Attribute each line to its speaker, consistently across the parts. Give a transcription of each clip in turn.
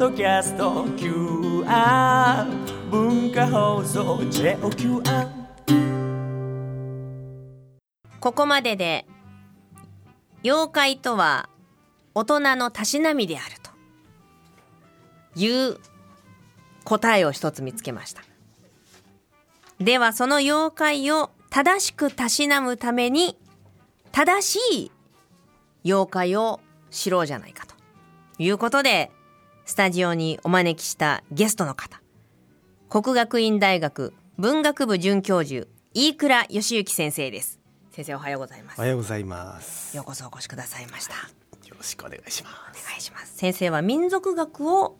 Speaker 1: ドキャスト QR 文化放送 JOQR
Speaker 2: ここまでで妖怪とは大人のたしなみであるという答えを一つ見つけましたではその妖怪を正しくたしなむために正しい妖怪を知ろうじゃないかということでスタジオにお招きしたゲストの方国学院大学文学部准教授飯倉義行先生です先生おはようございます
Speaker 3: おはようございます。
Speaker 2: ようこそお越しくださいました。
Speaker 3: よろしくお願いしま
Speaker 2: お願いします。先生は民族学を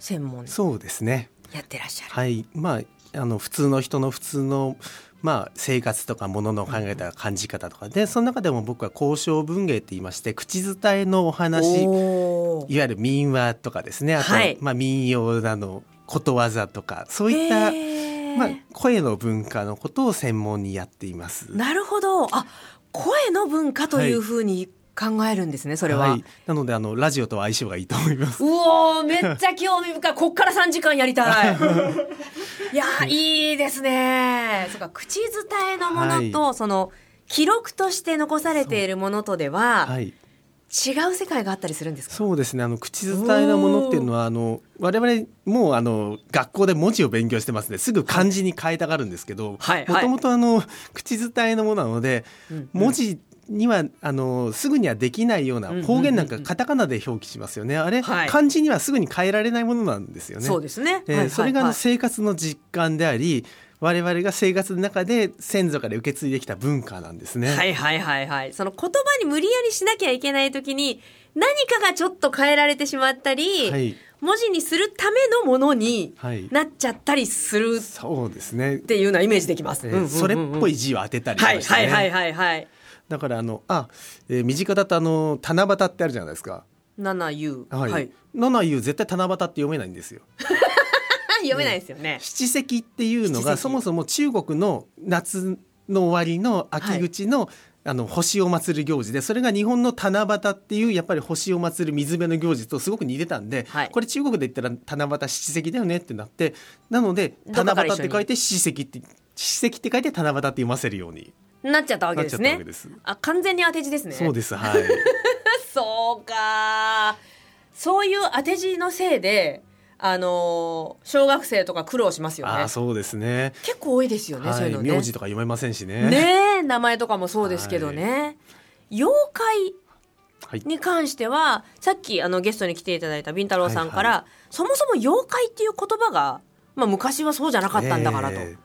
Speaker 2: 専門に
Speaker 3: す。そうですね。
Speaker 2: やってらっしゃる。
Speaker 3: はい、まあ、あの普通の人の普通の。まあ、生活とかものの考えた感じ方とかでその中でも僕は交渉文芸って言いまして口伝えのお話いわ
Speaker 2: おー
Speaker 3: ゆる民話とかですねあと、
Speaker 2: はい
Speaker 3: まあ、民謡なのことわざとかそういった、
Speaker 2: へー
Speaker 3: まあ、声の文化のことを専門にやっています。
Speaker 2: なるほど。あ、声の文化とい
Speaker 3: は
Speaker 2: う
Speaker 3: い
Speaker 2: ふうに考えるんですね。それは。
Speaker 3: い、なのであのラジオとは相性がいいと思います。
Speaker 2: うおーめっちゃ興味深い。こっから3時間やりたい。 いやー、いいですね。そうか、口伝えのものと、
Speaker 3: は
Speaker 2: その、記録として残されているものとでは、
Speaker 3: はい
Speaker 2: 違う世界があったりするんですか
Speaker 3: そうですねあの口伝えのものっていうのはあの我々もうあの学校で文字を勉強してますねすぐ漢字に変えたがるんですけども
Speaker 2: はいはい
Speaker 3: ともとあの口伝えのものなので、文字にはあのすぐにはできないような方言なんかカタカナで表記しますよねあれ、
Speaker 2: はい
Speaker 3: 漢字にはすぐに変えられないものなんですよね。
Speaker 2: そうですね。
Speaker 3: えー
Speaker 2: はいはい
Speaker 3: それがあ
Speaker 2: は
Speaker 3: の
Speaker 2: い
Speaker 3: 生活の実感であり我々が生活の中で先祖から受け継いできた文化なんですね。
Speaker 2: はいはいはいはい。その言葉に無理やりしなきゃいけないときに、何かがちょっと変えられてしまったり、
Speaker 3: はい
Speaker 2: 文字にするためのものに
Speaker 3: はい
Speaker 2: なっちゃったりするっ
Speaker 3: そうですね
Speaker 2: ていうようなイメージできます。
Speaker 3: えー
Speaker 2: うんうんうん
Speaker 3: それっぽい字を当てたりとか
Speaker 2: は
Speaker 3: し
Speaker 2: いは
Speaker 3: てね、
Speaker 2: いはいはいはい。
Speaker 3: だからあのあ、えー身近だとあの七夕ってあるじゃないですか。
Speaker 2: 七 U。
Speaker 3: はい。
Speaker 2: はい。
Speaker 3: 七夕絶対七夕って読めないんですよ。
Speaker 2: あ読めないですよね。
Speaker 3: 七夕っていうの
Speaker 2: 七夕
Speaker 3: がそもそも中国の夏の終わりの秋口の、あの星を祀る行事でそれが日本の七夕っていうやっぱり星を祀る水辺の行事とすごく似てたんで、
Speaker 2: はい
Speaker 3: これ中国で言ったら七夕七夕だよねってなってなので
Speaker 2: どこか
Speaker 3: 七
Speaker 2: ら
Speaker 3: 夕
Speaker 2: 一
Speaker 3: っ
Speaker 2: 緒に
Speaker 3: て書いて七夕って七夕って書いて七夕って読ませるように
Speaker 2: なっちゃったわけです
Speaker 3: なっちゃ
Speaker 2: ね
Speaker 3: ったわけです。
Speaker 2: あ、完全に当て字ですね。
Speaker 3: そうで すはい
Speaker 2: そうかそういう当て字のせいで、あのー小学生とか苦労しますよ
Speaker 3: あ
Speaker 2: ね
Speaker 3: あ。そうですね
Speaker 2: 結構多いですよね、そう
Speaker 3: はいいう
Speaker 2: のね。
Speaker 3: 名字とか読めませんしね。
Speaker 2: ねえ名前とかもそうですけどね、妖怪
Speaker 3: はい、
Speaker 2: に関してはさっきあのゲストに来ていただいたビンタロウさんから、
Speaker 3: はい
Speaker 2: そもそも妖怪っていう言葉が、まあ、昔はそうじゃなかったんだからと、
Speaker 3: え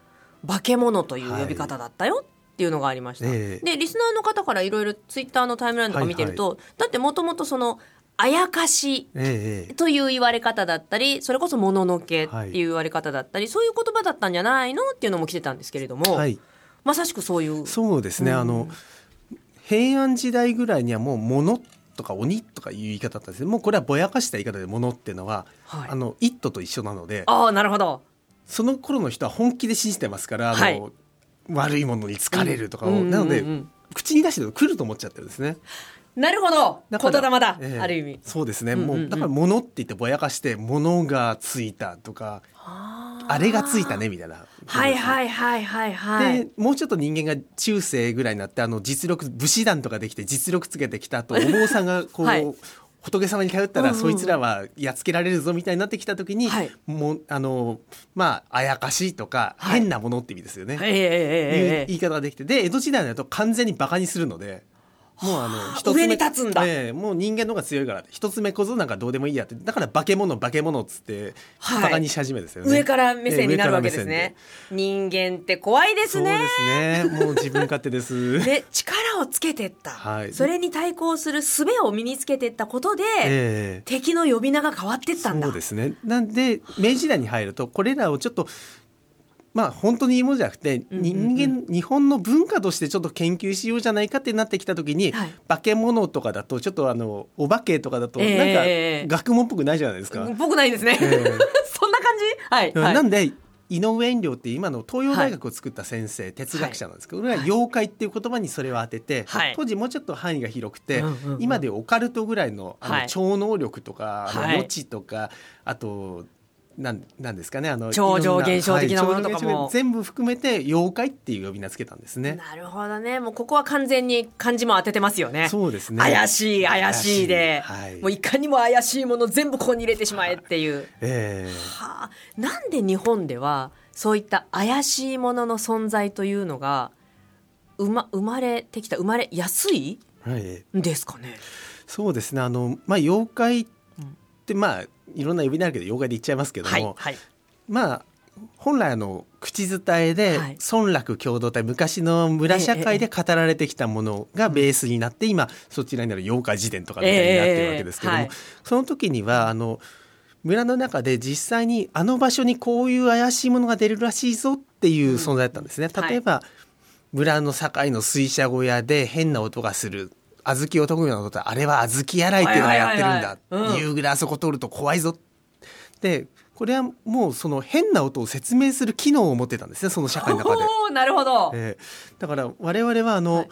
Speaker 2: 化け物という呼び方だったよっていうのがありました、
Speaker 3: ええ
Speaker 2: でリスナーの方からいろいろツイッターのタイムラインとか見てると、だってもともとその「あやかし」
Speaker 3: えええ
Speaker 2: という言われ方だったりそれこそ「もののけ」っていう言われ方だったり、そういう言葉だったんじゃないのっていうのも来てたんですけれども、
Speaker 3: はい、
Speaker 2: まさしくそういう
Speaker 3: そうですね、あの平安時代ぐらいにはもう「物」とか「鬼」とかいう言い方だったんですけどもうこれはぼやかした言い方で「物」っていうのは「
Speaker 2: はい
Speaker 3: あのイット!」と一緒なので
Speaker 2: ああなるほど
Speaker 3: その頃の人は本気で信じてますからあの、
Speaker 2: はい
Speaker 3: 悪いものに疲れるとかを、
Speaker 2: うんうんうんうん
Speaker 3: なので、口に出してると来ると思っちゃってるんですね。
Speaker 2: なるほど
Speaker 3: だ
Speaker 2: 言
Speaker 3: から
Speaker 2: 霊だ、
Speaker 3: ええ
Speaker 2: ある意味
Speaker 3: そうですね、
Speaker 2: うんうんうん
Speaker 3: もうだから「物」って言ってぼやかして「物がついた」とか「
Speaker 2: あ
Speaker 3: あれがついたね」みたいな。
Speaker 2: はいはいはいはいはい
Speaker 3: でもうちょっと人間が中世ぐらいになってあの実力武士団とかできて実力つけてきたとお坊さんがこう、
Speaker 2: はい
Speaker 3: 仏様に頼った
Speaker 2: う
Speaker 3: ら、
Speaker 2: んうんう
Speaker 3: そ
Speaker 2: ん
Speaker 3: いつらはやっつけられるぞみたいになってきた時に、
Speaker 2: はい
Speaker 3: もうあのまああやかしいとか、
Speaker 2: はい
Speaker 3: 変なものって意味ですよね、
Speaker 2: えええ
Speaker 3: いう
Speaker 2: えええ
Speaker 3: 言い方ができてで江戸時代になると完全にバカにするので。もうあの一つ目
Speaker 2: 上に立つんだ
Speaker 3: ええもう人間の方が強いから一つ目小僧なんかどうでもいいやってだから化け物化け物っつって、
Speaker 2: はい
Speaker 3: バカにし始めですよね
Speaker 2: 上から目
Speaker 3: ええ
Speaker 2: 線になるわけで
Speaker 3: 上
Speaker 2: す
Speaker 3: から目線
Speaker 2: ね、人間って怖いです ね
Speaker 3: そうですね。もう自分勝手 です。
Speaker 2: で力をつけてった、
Speaker 3: はい
Speaker 2: それに対抗する術を身につけてったことで、
Speaker 3: ええ
Speaker 2: 敵の呼び名が変わってったんだ
Speaker 3: そうですね。なんで明治時代に入るとこれらをちょっとまあ本当にいいものじゃなくて人間日本の文化としてちょっと研究しようじゃないかってなってきた時に
Speaker 2: はい
Speaker 3: 化け物とかだとちょっとあのお化けとかだとなんか
Speaker 2: ええ
Speaker 3: 学問っぽくないじゃないですか。
Speaker 2: 僕ないですね、
Speaker 3: え
Speaker 2: そんな感じはい、はい
Speaker 3: なんで井上遠慮って今の東洋大学を作った先生、哲学者なんですけど、俺は妖怪っていう言葉にそれを当てて、
Speaker 2: はい
Speaker 3: 当時もうちょっと範囲が広くて、
Speaker 2: うんうんうん
Speaker 3: 今でオカルトぐらいのあの、
Speaker 2: はい
Speaker 3: 超能力とかあの
Speaker 2: はい
Speaker 3: 予知とかあとなんなんですかねあの
Speaker 2: 超常
Speaker 3: いろんな
Speaker 2: 現象的なものとかも
Speaker 3: 超常現象全部含めて妖怪っていう呼び名つけたんですね。
Speaker 2: なるほどねもうここは完全に漢字も当ててますよね
Speaker 3: そうですね
Speaker 2: 怪しい怪しいで
Speaker 3: 怪しいはい
Speaker 2: もういかにも怪しいもの全部ここに入れてしまえっていう
Speaker 3: ええ
Speaker 2: はあ、なんで日本ではそういった怪しいものの存在というのが生ま生まれてきた生まれやすい
Speaker 3: はい、
Speaker 2: んですかね。
Speaker 3: そうですねあの、まあ、妖怪って、まあいろんな呼び名あるけど妖怪で言っちゃいますけども、
Speaker 2: はい、はい、
Speaker 3: まあ本来あの口伝えで
Speaker 2: はい
Speaker 3: 村落共同体、昔の村社会で語られてきたものがベースになって、今そちらになる妖怪辞典とかみたいになってるわけですけども、
Speaker 2: ええええはい
Speaker 3: その時にはあの村の中で実際にあの場所にこういう怪しいものが出るらしいぞっていう存在だったんですね。
Speaker 2: はい
Speaker 3: 例えば、村の境の水車小屋で変な音がする小豆を研ぐようなことあれは小豆洗いっていうのがやってるんだ
Speaker 2: はいはいはいはいうん
Speaker 3: 夕暮れあそこ通ると怖いぞでこれはもうその変な音を説明する機能を持ってたんですねその社会の中で。
Speaker 2: おお、なるほど。
Speaker 3: えーだから我々はあの、
Speaker 2: はい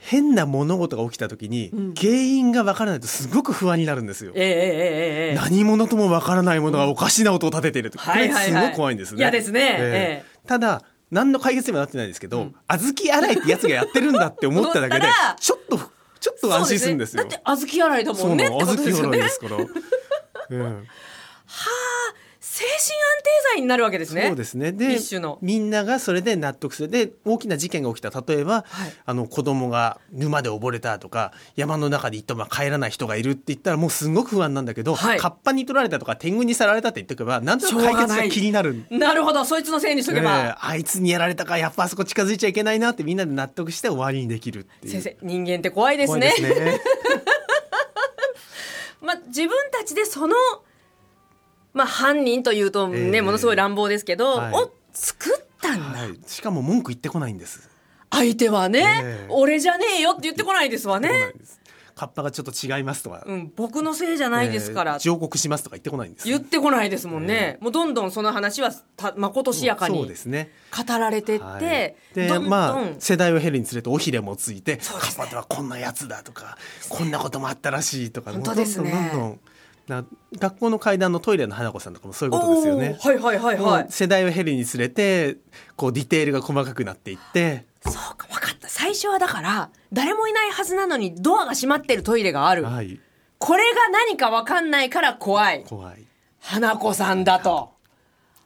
Speaker 3: 変な物事が起きた時に、原因がわからないとすごく不安になるんですよ。
Speaker 2: ええええええええ
Speaker 3: 何者ともわからないものがおかしな音を立てていると、
Speaker 2: はいはいはい
Speaker 3: これすごい怖いんですね。
Speaker 2: 嫌ですねえ
Speaker 3: ただ何の解決にもなってないんですけど、小豆洗いってやつがやってるんだって思っただけで
Speaker 2: 思ったら
Speaker 3: ちょっとちょっと安心するんですよ。
Speaker 2: そうねだって小豆洗いだもんね
Speaker 3: な
Speaker 2: って
Speaker 3: の
Speaker 2: こ
Speaker 3: 小
Speaker 2: と
Speaker 3: 豆
Speaker 2: ですよ
Speaker 3: 洗い
Speaker 2: ね
Speaker 3: で。すから。うん
Speaker 2: 精神安定剤になるわけですね。
Speaker 3: そうですねで
Speaker 2: 一種の
Speaker 3: みんながそれで納得するで大きな事件が起きた例えば、
Speaker 2: はい
Speaker 3: あの子供が沼で溺れたとか山の中で一頭帰らない人がいるって言ったらもうすごく不安なんだけど、
Speaker 2: はい
Speaker 3: カッパに取られたとか天狗にさられたって言っておけばなんとなく
Speaker 2: しょう
Speaker 3: 解
Speaker 2: が
Speaker 3: 決
Speaker 2: ない
Speaker 3: が気になる
Speaker 2: なるほど、そいつのせいにしとけ
Speaker 3: ねえ
Speaker 2: ば。
Speaker 3: あいつにやられたかやっぱあそこ近づいちゃいけないなってみんなで納得して終わりにできるっていう。
Speaker 2: 先生、人間って怖いです
Speaker 3: 怖い
Speaker 2: ね。
Speaker 3: ですね
Speaker 2: まあ、自分たちでその、まあ、犯人というとね、
Speaker 3: ええ
Speaker 2: ものすごい乱暴ですけど、
Speaker 3: はい
Speaker 2: を作ったんだ、
Speaker 3: はい、しかも文句言ってこないんです。
Speaker 2: 相手はね、
Speaker 3: ええ
Speaker 2: 俺じゃねえよって言ってこないですわ
Speaker 3: 言って
Speaker 2: ね
Speaker 3: こ、ないですカッパがちょっと違いますとか、
Speaker 2: うん、僕のせいじゃないですから、
Speaker 3: ええ上告しますとか言ってこないんです。
Speaker 2: 言ってこないですもんね、もうどんどんその話はたまことしやかに
Speaker 3: そう
Speaker 2: 語
Speaker 3: ですね。
Speaker 2: られてって、
Speaker 3: はいで
Speaker 2: どんどん、
Speaker 3: まあ世代を経るにつれて尾ひれもついて、
Speaker 2: そうで
Speaker 3: カ
Speaker 2: すね
Speaker 3: ッパではこんなやつだとか、こんなこともあったらしいとか
Speaker 2: 本当ですね
Speaker 3: もうどんどんどんどんな学校の階段のトイレの花子さんとかもそういうことですよね
Speaker 2: おー。はいはいはいはい、
Speaker 3: もう世代を経るにつれてこうディテールが細かくなっていって
Speaker 2: そうか分かった最初はだから誰もいないはずなのにドアが閉まってるトイレがある、
Speaker 3: はい
Speaker 2: これが何か分かんないから怖い
Speaker 3: 怖い
Speaker 2: 花子さんだと。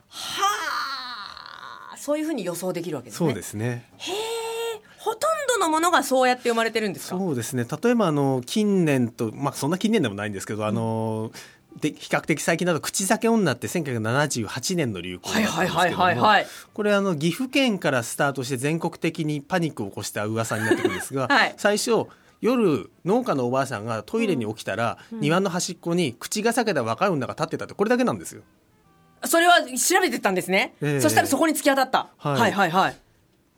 Speaker 2: はあ、そういうふうに予想できるわけですね。
Speaker 3: そうですね
Speaker 2: へえ、ほとんどのものがそうやって生まれてるんですか。
Speaker 3: そうですね例えばあの近年と、まあ、そんな近年でもないんですけどあの、で比較的最近だと「口酒女」って1978年の流行だ
Speaker 2: はい
Speaker 3: った
Speaker 2: は
Speaker 3: ん
Speaker 2: い
Speaker 3: です
Speaker 2: はい
Speaker 3: けども
Speaker 2: はいはい。
Speaker 3: これあの岐阜県からスタートして全国的にパニックを起こした噂になってくるんですが、
Speaker 2: はい
Speaker 3: 最初夜農家のおばあさんがトイレに起きたら、庭の端っこに口が裂けた若い女が立ってたってこれだけなんですよ。
Speaker 2: それは調べてたんですね。
Speaker 3: ええ
Speaker 2: そしたらそこに突き当たった。は、
Speaker 3: はいい
Speaker 2: はいはいはい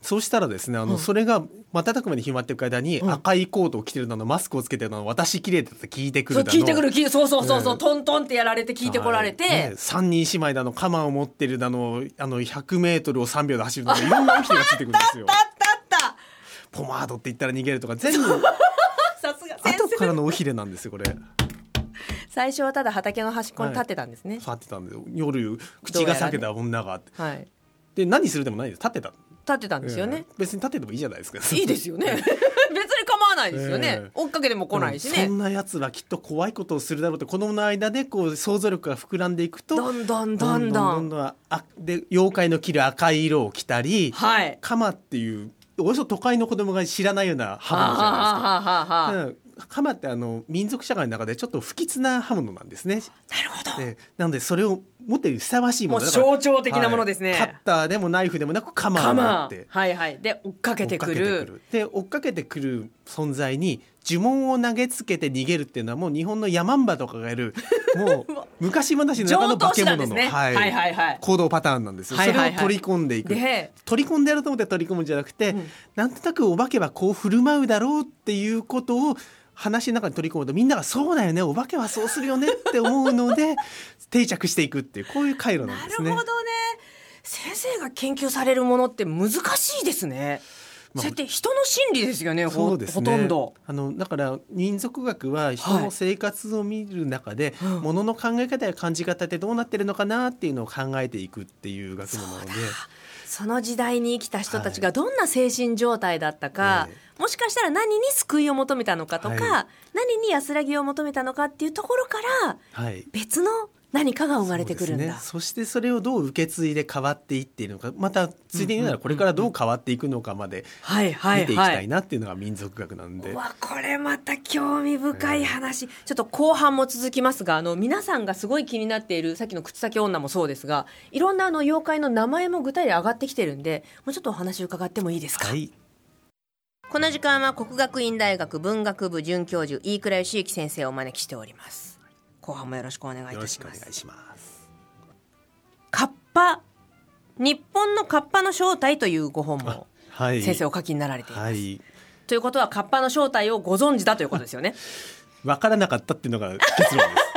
Speaker 3: そうしたらですねあの、それが瞬く間に広まっていく間に、赤いコートを着てるののマスクをつけてるのの私綺麗だって聞いてく
Speaker 2: そう
Speaker 3: るだの
Speaker 2: 聞いてくる、聞いそうそうそうそう、
Speaker 3: ええ
Speaker 2: トントンってやられて聞いてこられて。
Speaker 3: はいね三人姉妹だの鎌を持ってるだのあの100メートルを3秒で走るだのいろんな起きてがついてくるんです よ
Speaker 2: あ。ったあっ
Speaker 3: ポマードって言ったら逃げるとか全部
Speaker 2: た。さすが先
Speaker 3: 後
Speaker 2: 生。
Speaker 3: からの尾ひれなんですよこれ。
Speaker 2: 最初はただ畑の端っこに立ってたんですね。
Speaker 3: 立ってたんで夜口が裂けた女があって、
Speaker 2: はい。
Speaker 3: で何するでもないです立ってた
Speaker 2: 立ってたんですよね。
Speaker 3: 別に立っててもいいじゃないですか
Speaker 2: いいですよね。 別に構わないですよね。
Speaker 3: ええ
Speaker 2: 追っかけても来ないし
Speaker 3: でも
Speaker 2: ね
Speaker 3: そん。なやつはきっと怖いことをするだろうって子供の間でこう想像力が膨らんでいくと
Speaker 2: どんどんどんど
Speaker 3: どん
Speaker 2: ん。
Speaker 3: どんあで妖怪の着る赤い色を着たり、
Speaker 2: はい。
Speaker 3: カマっていうおよそ都会の子供が知らないような刃
Speaker 2: は
Speaker 3: 物じゃないですか。
Speaker 2: はははは。
Speaker 3: うん鎌ってあの民族社会の中でちょっと不吉な刃物なんですね。
Speaker 2: なるほど。
Speaker 3: えーなのでそれを持ってるふさわしいもの
Speaker 2: もう
Speaker 3: だから
Speaker 2: 象徴的なものですね
Speaker 3: はいカッターでもナイフでもなく鎌
Speaker 2: カ
Speaker 3: だな
Speaker 2: マ
Speaker 3: って。
Speaker 2: はいはい。で、追っかけてく
Speaker 3: 追っかけてく
Speaker 2: る。
Speaker 3: るで追っかけてくる存在に呪文を投げつけて逃げるっていうのはもう日本のヤマンバとかがいる もう昔話の中
Speaker 2: 上
Speaker 3: の
Speaker 2: 等
Speaker 3: 化
Speaker 2: 手
Speaker 3: け
Speaker 2: なんです
Speaker 3: 物の、
Speaker 2: ね。はいはいはい。
Speaker 3: 行動パターンなんですよ、
Speaker 2: はいはいはい
Speaker 3: それを取り込んでいく
Speaker 2: で
Speaker 3: 取り込んでやると思って取り込むんじゃなくて、
Speaker 2: うん
Speaker 3: なんとなくお化けはこう振る舞うだろうっていうことを話の中に取り込むとみんながそうだよねお化けはそうするよねって思うので定着していくっていうこういう回路な
Speaker 2: なん
Speaker 3: で
Speaker 2: るほ
Speaker 3: すね
Speaker 2: どね。先生が研究されるものって難しいですね。
Speaker 3: まあ
Speaker 2: それって人の心理ですよね。ほ
Speaker 3: そうです
Speaker 2: ほ
Speaker 3: ね
Speaker 2: とんど。
Speaker 3: あのだから民族学は人の生活を見る中で、
Speaker 2: うん
Speaker 3: ものの考え方や感じ方ってどうなってるのかなっていうのを考えていくっていう学問なので
Speaker 2: その時代に生きた人たちがどんな精神状態だったか、
Speaker 3: え
Speaker 2: もしかしたら何に救いを求めたのかとか、
Speaker 3: は
Speaker 2: 何に安らぎを求めたのかっていうところから
Speaker 3: はい
Speaker 2: 別の何かが生まれてくるん
Speaker 3: そうで
Speaker 2: だ。
Speaker 3: すねそしてそれをどう受け継いで変わっていっているのかまたついでに言うならこれからどう変わっていくのかまで
Speaker 2: はいは
Speaker 3: 見
Speaker 2: い
Speaker 3: ていき
Speaker 2: は
Speaker 3: た
Speaker 2: い
Speaker 3: い。なっていうのが民族学なんで、
Speaker 2: うわこれまた興味深い話、ちょっと後半も続きますがあの皆さんがすごい気になっているさっきの口先女もそうですがいろんなあの妖怪の名前も具体で上がってきてるんでもうちょっとお話伺ってもいいですか、
Speaker 3: はい
Speaker 2: この時間は国学院大学文学部准教授飯倉義行先生をお招きしております後半もよろしくお願いい
Speaker 3: よろ
Speaker 2: た
Speaker 3: し
Speaker 2: し
Speaker 3: くお
Speaker 2: ま
Speaker 3: 願
Speaker 2: す
Speaker 3: いします。
Speaker 2: カッパ日本のカッパの正体というご本も
Speaker 3: はい、
Speaker 2: 先生お書きになられています、
Speaker 3: はい
Speaker 2: ということはカッパの正体をご存知だということですよね
Speaker 3: 分からなかったっていうのが結論です。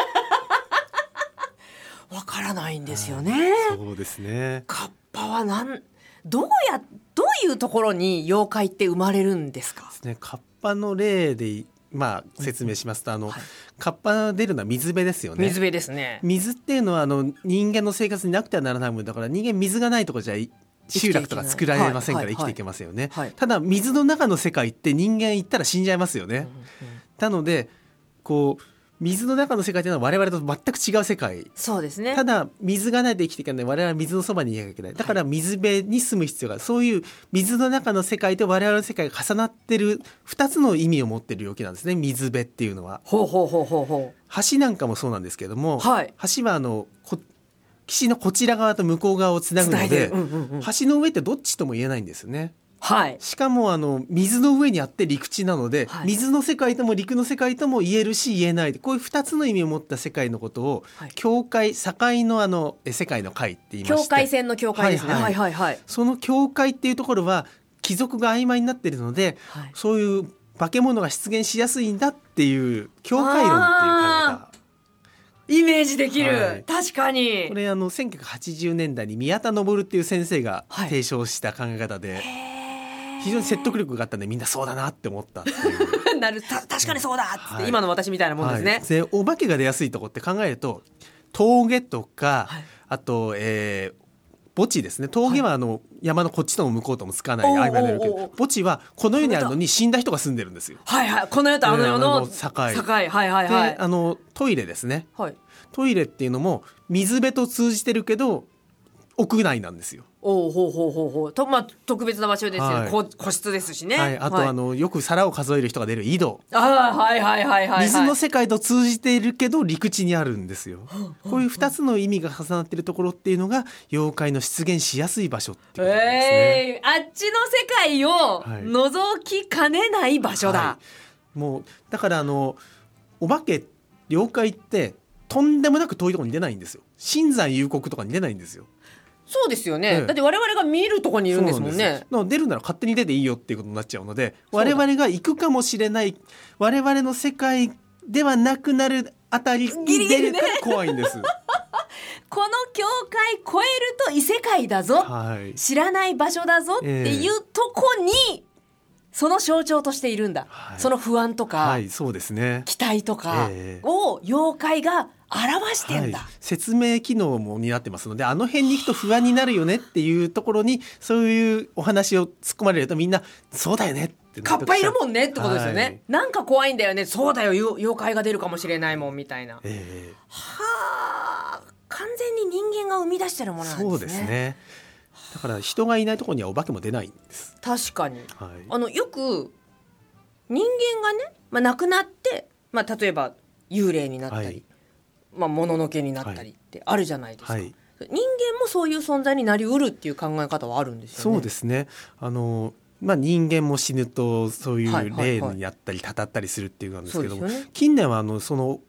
Speaker 2: わからないんですよね、
Speaker 3: そうですね。
Speaker 2: カッパはなんどうやどういうところに妖怪って生まれるんですか
Speaker 3: ね、カッパの例で、まあ、説明しますと、あの、
Speaker 2: はい
Speaker 3: カッパが出るのは水辺ですよね。
Speaker 2: 水辺ですね
Speaker 3: 水っていうのは、あの、人間の生活になくてはならないものだから、人間水がないとこじゃい。集落とか作られませんから
Speaker 2: はい
Speaker 3: 生きていけますよね、
Speaker 2: はいはい
Speaker 3: ただ水の中の世界って人間行ったら死んじゃいますよね、なのでこう水の中の世界っていうのは我々と全く違う世界
Speaker 2: そうですね
Speaker 3: ただ水がないと生きていけない我々は水のそばにいなきゃいけないだから水辺に住む必要があるそういう水の中の世界と我々の世界が重なってる2つの意味を持ってる病気なんですね水辺っていうのは
Speaker 2: ほうほうほうほうほう
Speaker 3: 橋なんかもそうなんですけれども、
Speaker 2: はい
Speaker 3: 橋はあのこ岸のこちら側と向こう側をつなぐ
Speaker 2: 繋
Speaker 3: の
Speaker 2: いで
Speaker 3: で、
Speaker 2: るうんうんうん
Speaker 3: 橋の上ってどっちとも言えないんですよね
Speaker 2: はい
Speaker 3: しかもあの水の上にあって陸地なので、
Speaker 2: はい
Speaker 3: 水の世界とも陸の世界とも言えるし言えないこういう2つの意味を持った世界のことを、
Speaker 2: はい
Speaker 3: 境界境のあのえ世界の界って言いまして
Speaker 2: 境界線の境界ですねは
Speaker 3: はいい
Speaker 2: はいはい
Speaker 3: その境界っていうところは貴族が曖昧になっているので、
Speaker 2: はい
Speaker 3: そういう化け物が出現しやすいんだっていう境界論っていう考え
Speaker 2: あ
Speaker 3: 方。
Speaker 2: イメージできる、
Speaker 3: はい
Speaker 2: 確かに
Speaker 3: これあの1980年代に宮田昇っていう先生が
Speaker 2: はい
Speaker 3: 提唱した考え方で、
Speaker 2: へー
Speaker 3: 非常に説得力があったんでみんなそうだなって思ったってい う
Speaker 2: なるた確かにそうだっつって、
Speaker 3: はい
Speaker 2: 今の私みたいなもんですね、
Speaker 3: はいでお化けが出やすいとこって考えると峠とか、
Speaker 2: はい
Speaker 3: あと、えー墓地ですね峠はあの、山のこっちとも向こうともつかない
Speaker 2: おうおう
Speaker 3: 曖昧なけ
Speaker 2: おうおう
Speaker 3: ど墓地はこの世にあるのに死んだ人が住んでるんですよ。
Speaker 2: はいはいこの世とあの世
Speaker 3: あ
Speaker 2: の
Speaker 3: の
Speaker 2: 境
Speaker 3: 境
Speaker 2: はいはいはい
Speaker 3: で、あのトイレですね
Speaker 2: はい
Speaker 3: トイレっていうのも水辺と通じてるけど屋内なんですよ。
Speaker 2: おうほうほうほうほうとまあ特別な場所ですよね、
Speaker 3: はい
Speaker 2: こ個室ですしね
Speaker 3: はい、あと、あのよく皿を数える人が出る井戸、
Speaker 2: あーはいはいはいはい、はい、
Speaker 3: 水の世界と通じているけど陸地にあるんですよ、こういう2つの意味が重なっているところっていうのが妖怪の出現しやすい場所っていうことなんですね、
Speaker 2: えー、あっちの世界を
Speaker 3: はい
Speaker 2: 覗きかねない場所だ、
Speaker 3: はいもうだからあのお化け妖怪ってとんでもなく遠いところに出ないんですよ新山幽谷とかに出ないんですよ
Speaker 2: そうですよね、
Speaker 3: ええ
Speaker 2: だって我々が見えるとこにいるんですもん
Speaker 3: そうな
Speaker 2: ね
Speaker 3: ですなので出るなら勝手に出ていいよっていうことになっちゃうので
Speaker 2: そうだ
Speaker 3: 我々が行くかもしれない我々の世界ではなくなるあたり
Speaker 2: ギリ
Speaker 3: に
Speaker 2: ギ
Speaker 3: 出
Speaker 2: リ
Speaker 3: る
Speaker 2: ね
Speaker 3: から怖いんです。
Speaker 2: この境界越えると異世界だぞ、
Speaker 3: はい、
Speaker 2: 知らない場所だぞっていうとこに、その象徴としているんだ、
Speaker 3: はい
Speaker 2: その不安とか、
Speaker 3: はい、そうですね。
Speaker 2: 期待とか
Speaker 3: ええ
Speaker 2: を妖怪が表して
Speaker 3: は
Speaker 2: ん
Speaker 3: い
Speaker 2: だ、、
Speaker 3: 説明機能も担ってますのであの辺に行くと不安になるよねっていうところにそういうお話を突っ込まれるとみんな「そうだよね」って
Speaker 2: カッパいるもんねってことですよね、
Speaker 3: はい
Speaker 2: なんか怖いんだよねそうだよよ妖怪が出るかもしれないもんみたいな
Speaker 3: え
Speaker 2: はあ完全に人間が生み出してるも
Speaker 3: え
Speaker 2: のなんですね
Speaker 3: そうですねだから人がいないところにはお化けも出ないんです、
Speaker 2: 確かに
Speaker 3: はい、
Speaker 2: あのよく人間がね、まあ、亡くなって、まあ、例えば幽霊になったり、
Speaker 3: はい
Speaker 2: まあ、もののけになったりってあるじゃないですか、
Speaker 3: はい
Speaker 2: 人間もそういう存在になりうるっていう考え方はあるんですよね
Speaker 3: そうですねあのまあ、人間も死ぬとそうい
Speaker 2: はいは
Speaker 3: う
Speaker 2: い
Speaker 3: 霊
Speaker 2: はい
Speaker 3: にやったりたたったりするっていうのなんですけども、
Speaker 2: そうですよね
Speaker 3: 近年はあのその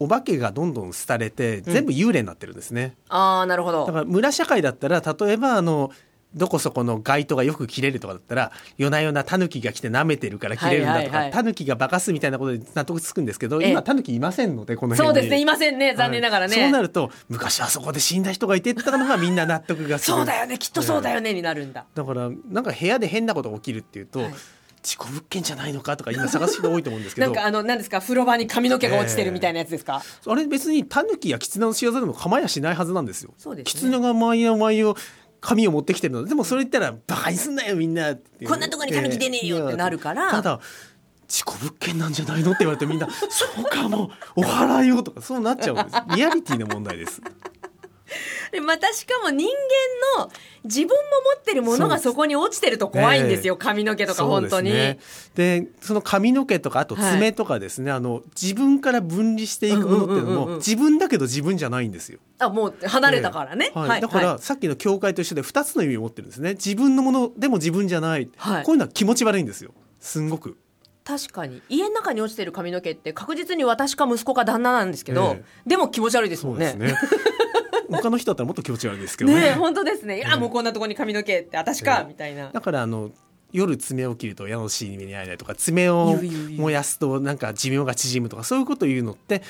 Speaker 3: お化けがどんどん廃れて全部幽霊になってるんですね、
Speaker 2: ああなるほど
Speaker 3: だから村社会だったら例えばあのどこそこの街灯がよく切れるとかだったら夜な夜なタヌキが来て舐めてるから切れるんだと
Speaker 2: はいはいは
Speaker 3: か
Speaker 2: い
Speaker 3: タヌキが化かすみたいなことで納得つくんですけど
Speaker 2: ええ
Speaker 3: 今タヌキいませんのでこの
Speaker 2: そうで
Speaker 3: 辺に
Speaker 2: すねいませんね残念ながらね、
Speaker 3: はいそうなると昔あそこで死んだ人がいてってたのがみんな納得がする
Speaker 2: そうだよねきっとそうだよねになるんだ
Speaker 3: だからなんか部屋で変なことが起きるっていうと、
Speaker 2: はい
Speaker 3: 事故物件じゃないのかとか今探す人多いと思うんですけ
Speaker 2: な
Speaker 3: ど
Speaker 2: んかあの何ですか風呂場に髪の毛が落ちてるみたいなやつですか、
Speaker 3: あれ別にタヌキやキツネの仕業でも構いやしないはずなんですよ。
Speaker 2: そうですね
Speaker 3: キツネが毎夜毎夜紙を持ってきてるのででもそれ言ったらバカにすんなよみんなっていう
Speaker 2: こんなとこにタヌキ出ねえよってなるから
Speaker 3: ただ事故物件なんじゃないのって言われてみん なそうかもお払いをとかそうなっちゃうんですリアリティの問題 です
Speaker 2: でまたしかも人間の自分も持ってるものがそこに落ちてると怖いんですよ、
Speaker 3: ええ
Speaker 2: 髪の毛とか
Speaker 3: そう
Speaker 2: 本
Speaker 3: で
Speaker 2: 当
Speaker 3: す
Speaker 2: に、
Speaker 3: ねでその髪の毛とかあと爪とかですね、あの自分から分離していくものっていうの
Speaker 2: うん
Speaker 3: も、
Speaker 2: うんうんうん
Speaker 3: 自分だけど自分じゃないんですよ
Speaker 2: あもう離れたからね、
Speaker 3: はいだから、さっきの教会と一緒で2つの意味を持ってるんですね自分のものでも自分じゃない、
Speaker 2: はい
Speaker 3: こういうのは気持ち悪いんですよすんごく
Speaker 2: 確かに家の中に落ちてる髪の毛って確実に私か息子か旦那なんですけど、
Speaker 3: え
Speaker 2: でも気持ち悪いです
Speaker 3: そ
Speaker 2: も
Speaker 3: うんで
Speaker 2: ね
Speaker 3: すね 他の人だったらもっと気持ち悪いですけど
Speaker 2: ね
Speaker 3: ね
Speaker 2: え本当ですね、あもうこんなとこに髪の毛って私か、
Speaker 3: ええ
Speaker 2: みたいな
Speaker 3: だからあの夜爪を切ると矢の死に目に遭えないとか爪
Speaker 2: 言
Speaker 3: を
Speaker 2: う言う言う
Speaker 3: 燃やすとなんか寿命が縮むとかそういうことを言うのって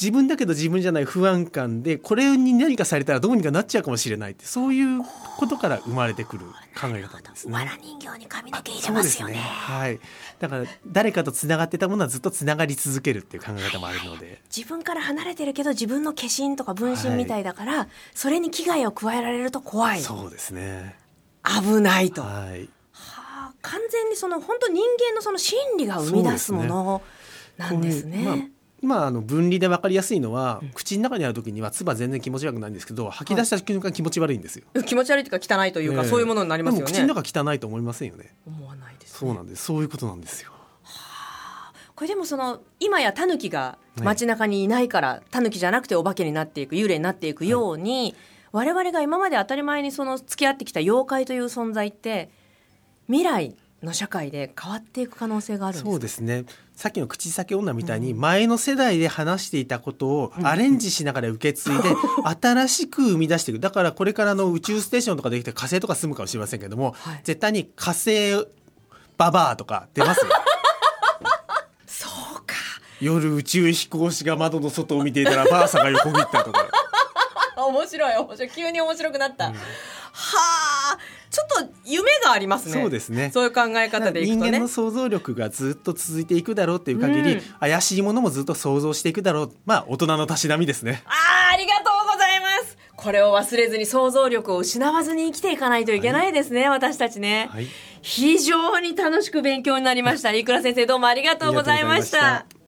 Speaker 3: 自分だけど自分じゃない不安感でこれに何かされたらどうにかなっちゃうかもしれないってそういうことから生まれてくる考え方なんですね。
Speaker 2: わら人形に髪の毛入れ
Speaker 3: そう
Speaker 2: ま
Speaker 3: ですす
Speaker 2: よ
Speaker 3: ね。
Speaker 2: ね
Speaker 3: はい。だから誰かとつながってたものはずっとつながり続けるっていう考え方もあるので。
Speaker 2: 自分から離れてるけど自分の化身とか分身みたいだから、それに危害を加えられると怖い
Speaker 3: そうですね。
Speaker 2: 危ないと、
Speaker 3: はい。
Speaker 2: はあ完全にその本当人間のその心理が生み出すものなんですね。
Speaker 3: これまあまあ、あの分離で分かりやすいのは、口の中にある時には唾全然気持ち悪くないんですけど吐き出した瞬間気持ち悪いんですよ。
Speaker 2: 気持ち悪いというか汚いというか、
Speaker 3: ええ
Speaker 2: そういうものになりますよね。
Speaker 3: でも口の中汚いと思いませんよね。
Speaker 2: 思わないです、
Speaker 3: そうなんです。そういうことなんですよ。
Speaker 2: これでもその今やタヌキが街中にいないからタヌキじゃなくてお化けになっていく幽霊になっていくように、我々が今まで当たり前にその付き合ってきた妖怪という存在って未来の社会で変わっていく可能性があるんですか
Speaker 3: そうですねさっきの口裂け女みたいに前の世代で話していたことをアレンジしながら受け継いで 新しく生み出していくだからこれからの宇宙ステーションとかできて火星とか住むかもしれませんけども、
Speaker 2: はい
Speaker 3: 絶対に火星ババアとか出ますよ
Speaker 2: そうか
Speaker 3: 夜宇宙飛行士が窓の外を見ていたらばあさんが横切った とか
Speaker 2: 面白い面白い急に面白くなった、はあちょっと夢がありますね
Speaker 3: そうですね
Speaker 2: そういう考え方でいく
Speaker 3: 人
Speaker 2: と
Speaker 3: 間
Speaker 2: ね
Speaker 3: の想像力がずっと続いていくだろうっていう限り、
Speaker 2: うん
Speaker 3: 怪しいものもずっと想像していくだろうまあ大人のたしなみですね。
Speaker 2: あーありがとうございますこれを忘れずに想像力を失わずに生きていかないといけないですね、私たちね、
Speaker 3: はい
Speaker 2: 非常に楽しく勉強になりました飯倉先生どうもありがとうございまし
Speaker 3: ありがとうございま
Speaker 2: た
Speaker 3: した